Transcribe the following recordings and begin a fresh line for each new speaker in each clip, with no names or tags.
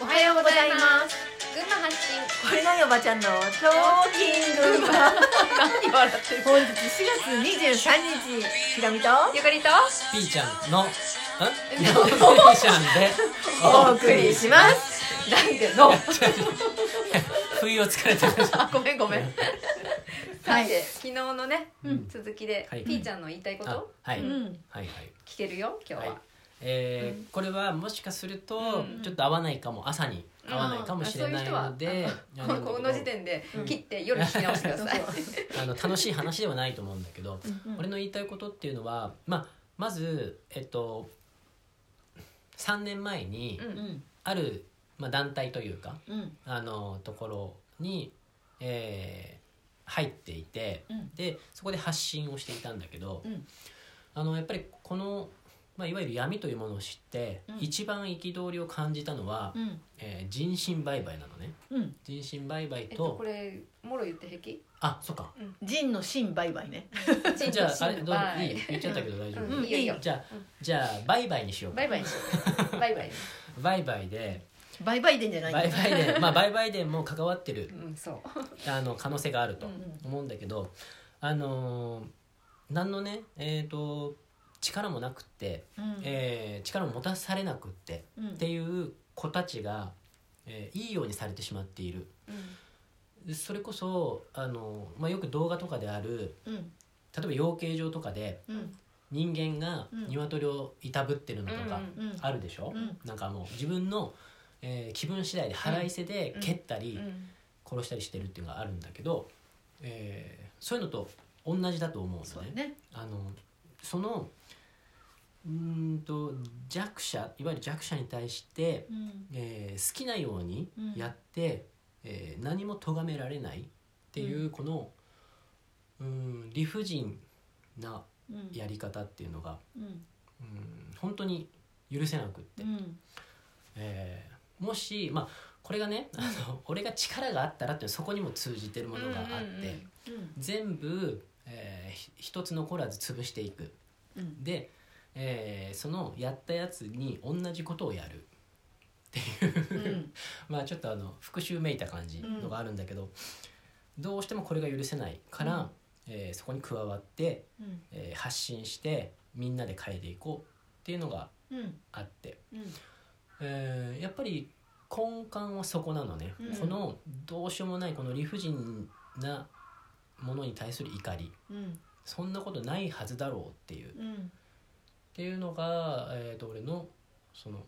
おはようございます
群馬発信
これなんよばちゃんのトーキングバー
何笑ってる
本日4月23日ひろみと
ゆかり と
ピーちゃんのんピ
の
ーちゃんで
お送りします
なんでの
不意をつかれてました
あごめん ごめん
は
さ
い
て昨日のね
うん
続きで
はい
ピーちゃんの言いたいこ
あ
と
はい、
う
はい
ん
はい
聞けるよ今日
はい
は
えーこれはもしかすると
うん
ちょっと合わないかも朝に合わないかもしれないので
このこの時点で切って夜聞き直してくだ さい
あの楽しい話ではないと思うんだけど俺の言いたいことっていうのは、まあ、まず、えっと、3年前に
うん
うん
ある、まあ、団体というか
うん
あのところに、えー入っていて
うん
でそこで発信をしていたんだけど、
うん
あのやっぱりこの、まあ、いわゆる闇というものを知って、
うん
一番憤りを感じたのは、
うん
えー人身売買なのね
うん
人身売買
え
と,、
っとこれもろ言って平
あそっか
人の心売買ね
気
じゃああれどう
バ
いい
イ
言っちゃったけど大丈夫、
うんいいよいいよ
じゃ
う
あ
ん
じゃあ売買にしようか
バイバイにしよ うバイバイ
売買で
売買でんじゃないんだ
売 買でまあ売買でも関わってる
うんそう
あの可能性があると
うん
思うんだけどあのー何のねえっ、と力もなくって、
うん
えー力も持たされなくって
うん
っていう子たちが、えーいいようにされてしまっている
うん
それこそあの、まあ、よく動画とかである
うん
例えば養鶏場とかで
うん
人間が
うん
鶏をいたぶってるのとか
うん
あるでしょ、
うん
なんかもう自分の、えー気分次第で腹いせで蹴ったり、
うん
殺したりしてるっていうのがあるんだけど、えーそういうのと同じだと思う
そ
の
うだ
ね。
ね
あのそのうーんと弱者いわゆる弱者に対して、
うん
えー好きなようにやって、えー何も咎められないっていうこの、うーん、理不尽な
うん
やり方っていうのが、
うん
うん、本当に許せなくって、
うん
えーもしまあこれがねあの俺が力があったらってそこにも通じてるものがあって、
うんうんうん
うん
全部、えーひ一つ残らず潰していく
うん
で、えーそのやったやつに同じことをやる
うん
まあちょっとあの復讐めいた感じのがあるんだけど、どうしてもこれが許せないから、
うん
えーそこに加わって、
うん
えー発信してみんなで変えていこうっていうのが
うん
あって、
うん
えーやっぱり根幹はそこなのね、
うん
このどうしようもないこの理不尽なものに対する怒り
うん
そんなことないはずだろうっていう
うん
っていうのが、えー、と俺のその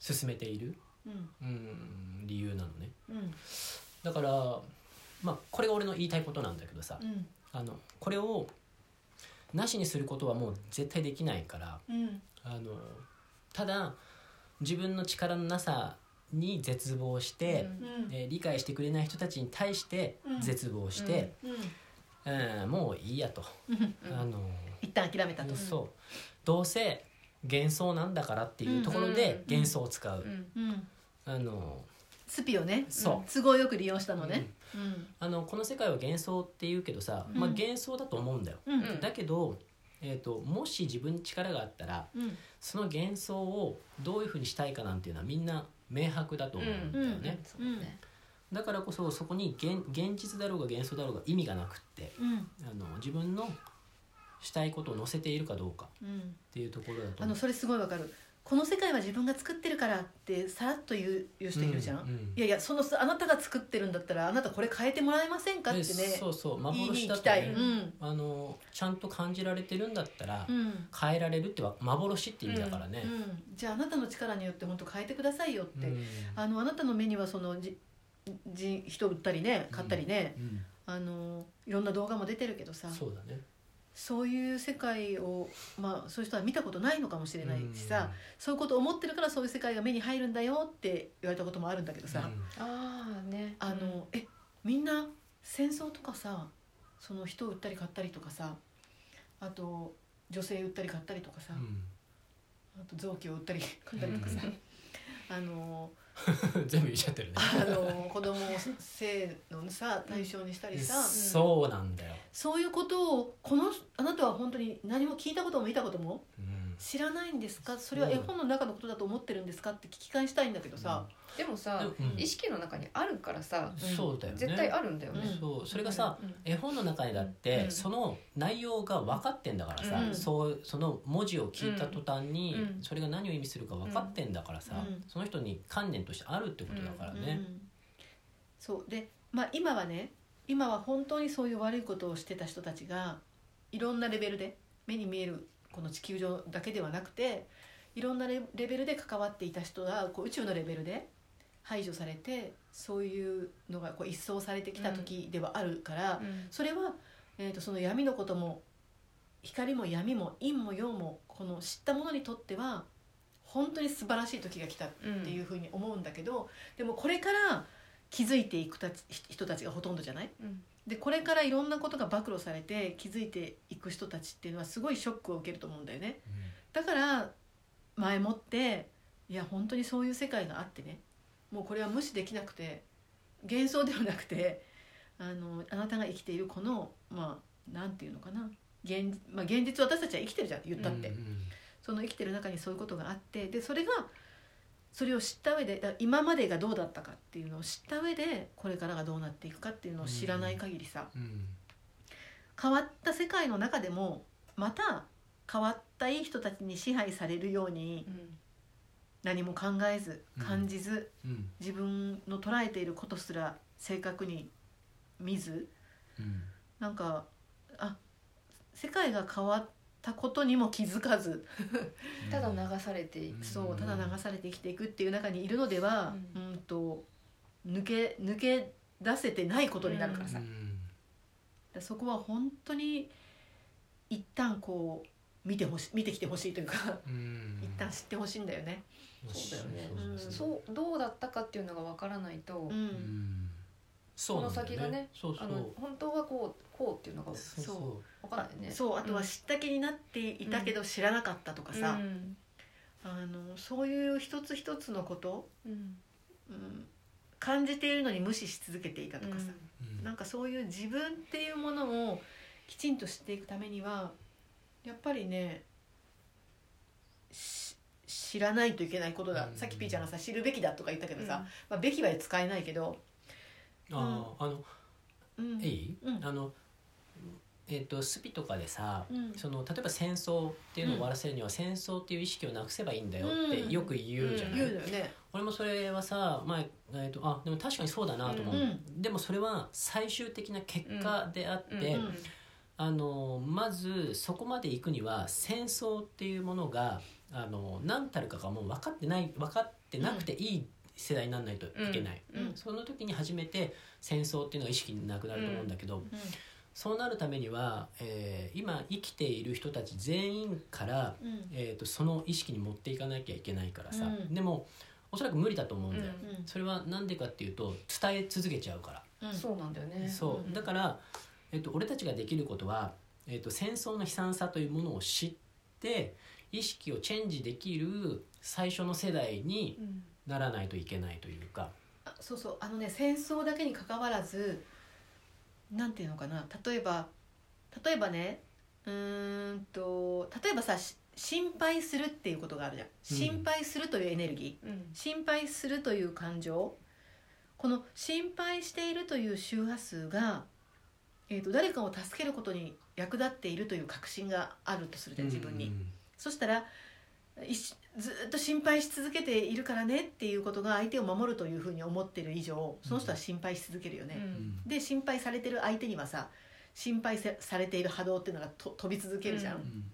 進めている、
うん
うん、理由なのね
うん
だからまあこれが俺の言いたいことなんだけどさ
うん
あのこれをなしにすることはもう絶対できないから
うん
あのただ自分の力のなさに絶望して、
うん
うん
えー理解してくれない人たちに対して
うん
絶望して、うんもういいやと、
うん
あの
一旦諦めたと
そうどうせ幻想なんだからっていうところで
うん
幻想を使う、
うん
うん
あの
スピをね
そう
都合よく利用したのねうん
あのこの世界は幻想っていうけどさ、
うん
まあ、幻想だと思うんだよ、
うん
うん
だけど、えー、ともし自分に力があったら
うん
その幻想をどういうふうにしたいかなんていうのはみんな明白だと思うんだよね、
そうね
だからこそそこに現現実だろうが幻想だろうが意味がなくって
うん
あの自分のしたいことを載せているかどうかっ
うん
ていうところだと
あ
思
の
う
それすごいわかるこの世界は自分が作ってるからってさらっと言う言う人いるじゃん、
ううん
いやいやそのあなたが作ってるんだったらあなたこれ変えてもらえませんかってね
でそうそう
言いに
幻
行
だ
き
と
たい、
ね
うん
あのちゃんと感じられてるんだったら、
うん
変えられるっては幻って意味だからね
う、ん、じゃああなたの力によって本当変えてくださいよっ
うん
て、あのあなたの目にはそのじじ人売ったりね買ったりね、
うん
あのいろんな動画も出てるけどさ
そうだね
そういう世界を、まあ、そういう人は見たことないのかもしれないしさ、そういうこと思ってるからそういう世界が目に入るんだよって言われたこともあるんだけど
うん
さ、
ああね
あのえみんな戦争とかさその人を売ったり買ったりとかさあと女性売ったり買ったりとかさ、あと臓器を売ったり買ったりとかさ、あの
うん 全部言っちゃってるね
あの子供を性のさ対象にしたりさ、
そうなんだよ、
そういうことをこのあなたは本当に何も聞いたことも見たことも
うん
知らないんですかそれは絵本の中のことだと思ってるんですかって聞き返したいんだけどさ、
でもさ
でもうん
意識の中にあるからさ
うん
そうだよね
絶対あるんだよ
る
ね。
そうそれがさ、
うん
絵本の中にだって、
うん
その内容が分かってんだからさ、
うん
そうその文字を聞いた途端に、
うん
それが何を意味するか分かってんだからさ、
うん
その人に観念としてあるってことだから
う
ね。
んそうで、まあ、今はね今は本当にそういう悪いことをしてた人たちがいろんなレベルで目に見えるこの地球上だけではなくていろんなレレベルで関わっていた人がこう宇宙のレベルで排除されてそういうのがこう一掃されてきた時ではあるから、
うん
それは、えー、とその闇のことも光も闇も陰も陽もこの知った者にとっては本当に素晴らしい時が来た
うん
っていうふうに思うんだけど、でもこれから気づいていくたち人たちがほとんどじゃない
うん
でこれからいろんなことが暴露されて気づいていく人たちっていうのはすごいショックを受けると思うんだよねだから前もっていや本当にそういう世界があってねもうこれは無視できなくて幻想ではなくてあのあなたが生きているこのまあなんていうのかな現,、まあ、現実私たちは生きてるじゃん言ったって、
うん
その生きてる中にそういうことがあってでそれがそれを知った上でだ今までがどうだったかっていうのを知った上でこれからがどうなっていくかっていうのを知らない限りさ、
うんうん
変わった世界の中でもまた変わったいい人たちに支配されるように
うん
何も考えず
うん
感じず、
うん
自分の捉えていることすら正確に見ず
うん
なんかあ世界が変わったことにも気づかず
ただ流されていく。
そうただ流されて生きていくっていう中にいるのでは、う、
うん
と抜け抜け出せてないことになるからさ、
う
だか
ん
らそこは本当に一旦こう見てほし見てきてほしいというか、
うん
一旦知ってほしいんだよね。
そうだよね
うん
そうどうだったかっていうのがわからないと、
う、
うんんそうなんだよ
この先がね
そうそ
あ
う
の本当はこうこうっていうのが
そう
そう
そ
わからないね。
そうあとは
うん
知った気になっていたけど知らなかったとかさ、
うん
あのそういう一つ一つのこと、
うん
うん、感じているのに無視し続けていたとかさ、
ううん
なんかそういう自分っていうものをきちんと知っていくためにはやっぱりねし知らないといけないことだ、
うん
さっきピーちゃんがさ知るべきだとか言ったけどさ、まあ、べきは使えないけど、
あーあの
うん、
いい
うん
あのえっとスピとかでさ
うん
その例えば戦争っていうのを終わらせるには戦争っていう意識をなくせばいいんだよってよく言うじゃない、
言うのよね、
俺もそれはさ前、えっとあでも確かにそうだなと思う、
うんう
でもそれは最終的な結果であって、
うん
うん
あのまずそこまで行くには戦争っていうものがあの何たるかがもう分かってない分かってなくていい世代にならないといけない、
うんうん
その時に初めて戦争っていうのが意識なくなると思うんだけど、そうなるためには、えー今生きている人たち全員から、
うんうん
えー、とその意識に持っていかなきゃいけないからさ、
うん
でもおそらく無理だと思うんだよ、
うん
う
それはなんでかっていうと伝え続けちゃうから、
ん
そうなんだよね。
そ
うん
うだから、えっと、俺たちができることは、えっと、戦争の悲惨さというものを知って意識をチェンジできる最初の世代に
うん
ならないといけないというか、
あそうそうあのね戦争だけに関わらずなんていうのかな例えば例えばねうーんと例えばさし心配するっていうことがあるじゃん心配するというエネルギー、
うん
心配するという感情この心配しているという周波数が、えー、と誰かを助けることに役立っているという確信があるとするじゃん自分に。そしたらいしずーっと心配し続けているからねっていうことが相手を守るというふうに思ってる以上その人は心配し続けるよ
う
ね。
ん
で心配されてる相手にはさ心配せされている波動っていうのがと飛び続けるじゃん。
うん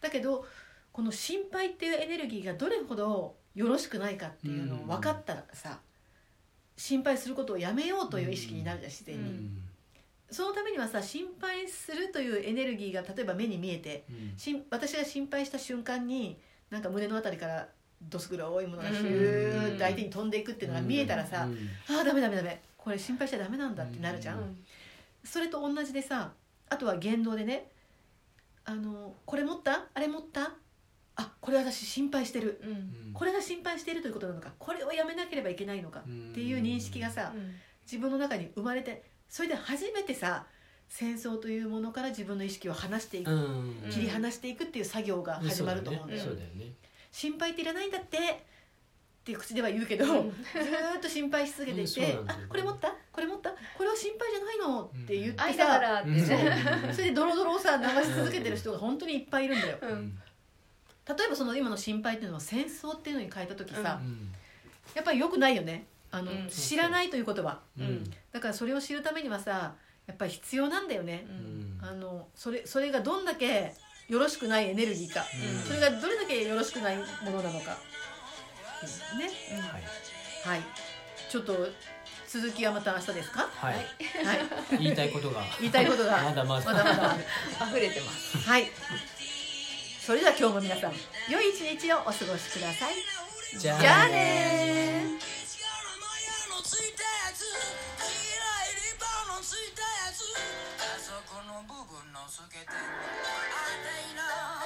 だけどこの心配っていうエネルギーがどれほどよろしくないかっていうのを分かったらさ、心配することをやめようという意識になるじゃん自然に。
うん
そのためにはさ心配するというエネルギーが例えば目に見えてしん私が心配した瞬間になんか胸のあたりからどす黒いものがヒューって相手に飛んでいくっていうのが見えたらさ、ああダメダメダメこれ心配しちゃダメなんだってなるじゃん、
う
それと同じでさあとは言動でねあのこれ持ったあれ持ったあこれ私心配してる
うん
これが心配しているということなのかこれをやめなければいけないのかっていう認識がさ
うん
自分の中に生まれてそれで初めてさ戦争というものから自分の意識を離していく、
うん
うん
切り離していくっていう作業が始まると思うんだよ、
そうだよね
心配っていらないんだってって口では言うけど、ずーっと心配し続けていて、
うんそうなんだ
あ
よね
これ持ったこれ持ったこれは心配じゃないのって言って
愛だか
さ、
らって
そうだよ
ね。
ねうん
それでドロドロをさ流し続けてる人が本当にいっぱいいるんだよ
う。
うんん
例えばその今の心配っていうのは戦争っていうのに変えた時さ、
うん
や
うん
っぱり良くないよねあの、
うん
知らないということは
う
うん
ん
だからそれを知るためにはさやっぱり必要なんだよね
う、
うん
あのそれそれがどんだけよろしくないエネルギーか、
うん
それがどれだけよろしくないものなのか、ね
はい
はいちょっと続きはまた明日ですか
はい
はい
言いたいことが
言いたい ことが
まだまだ
まだまだ
溢れてます。
はいそれでは今日も皆さん良い一日をお過ごしください
じゃ
じゃあねー
力も矢のついたやつ黄色いリボンのついたやつあそこの部分の透けてあんたいな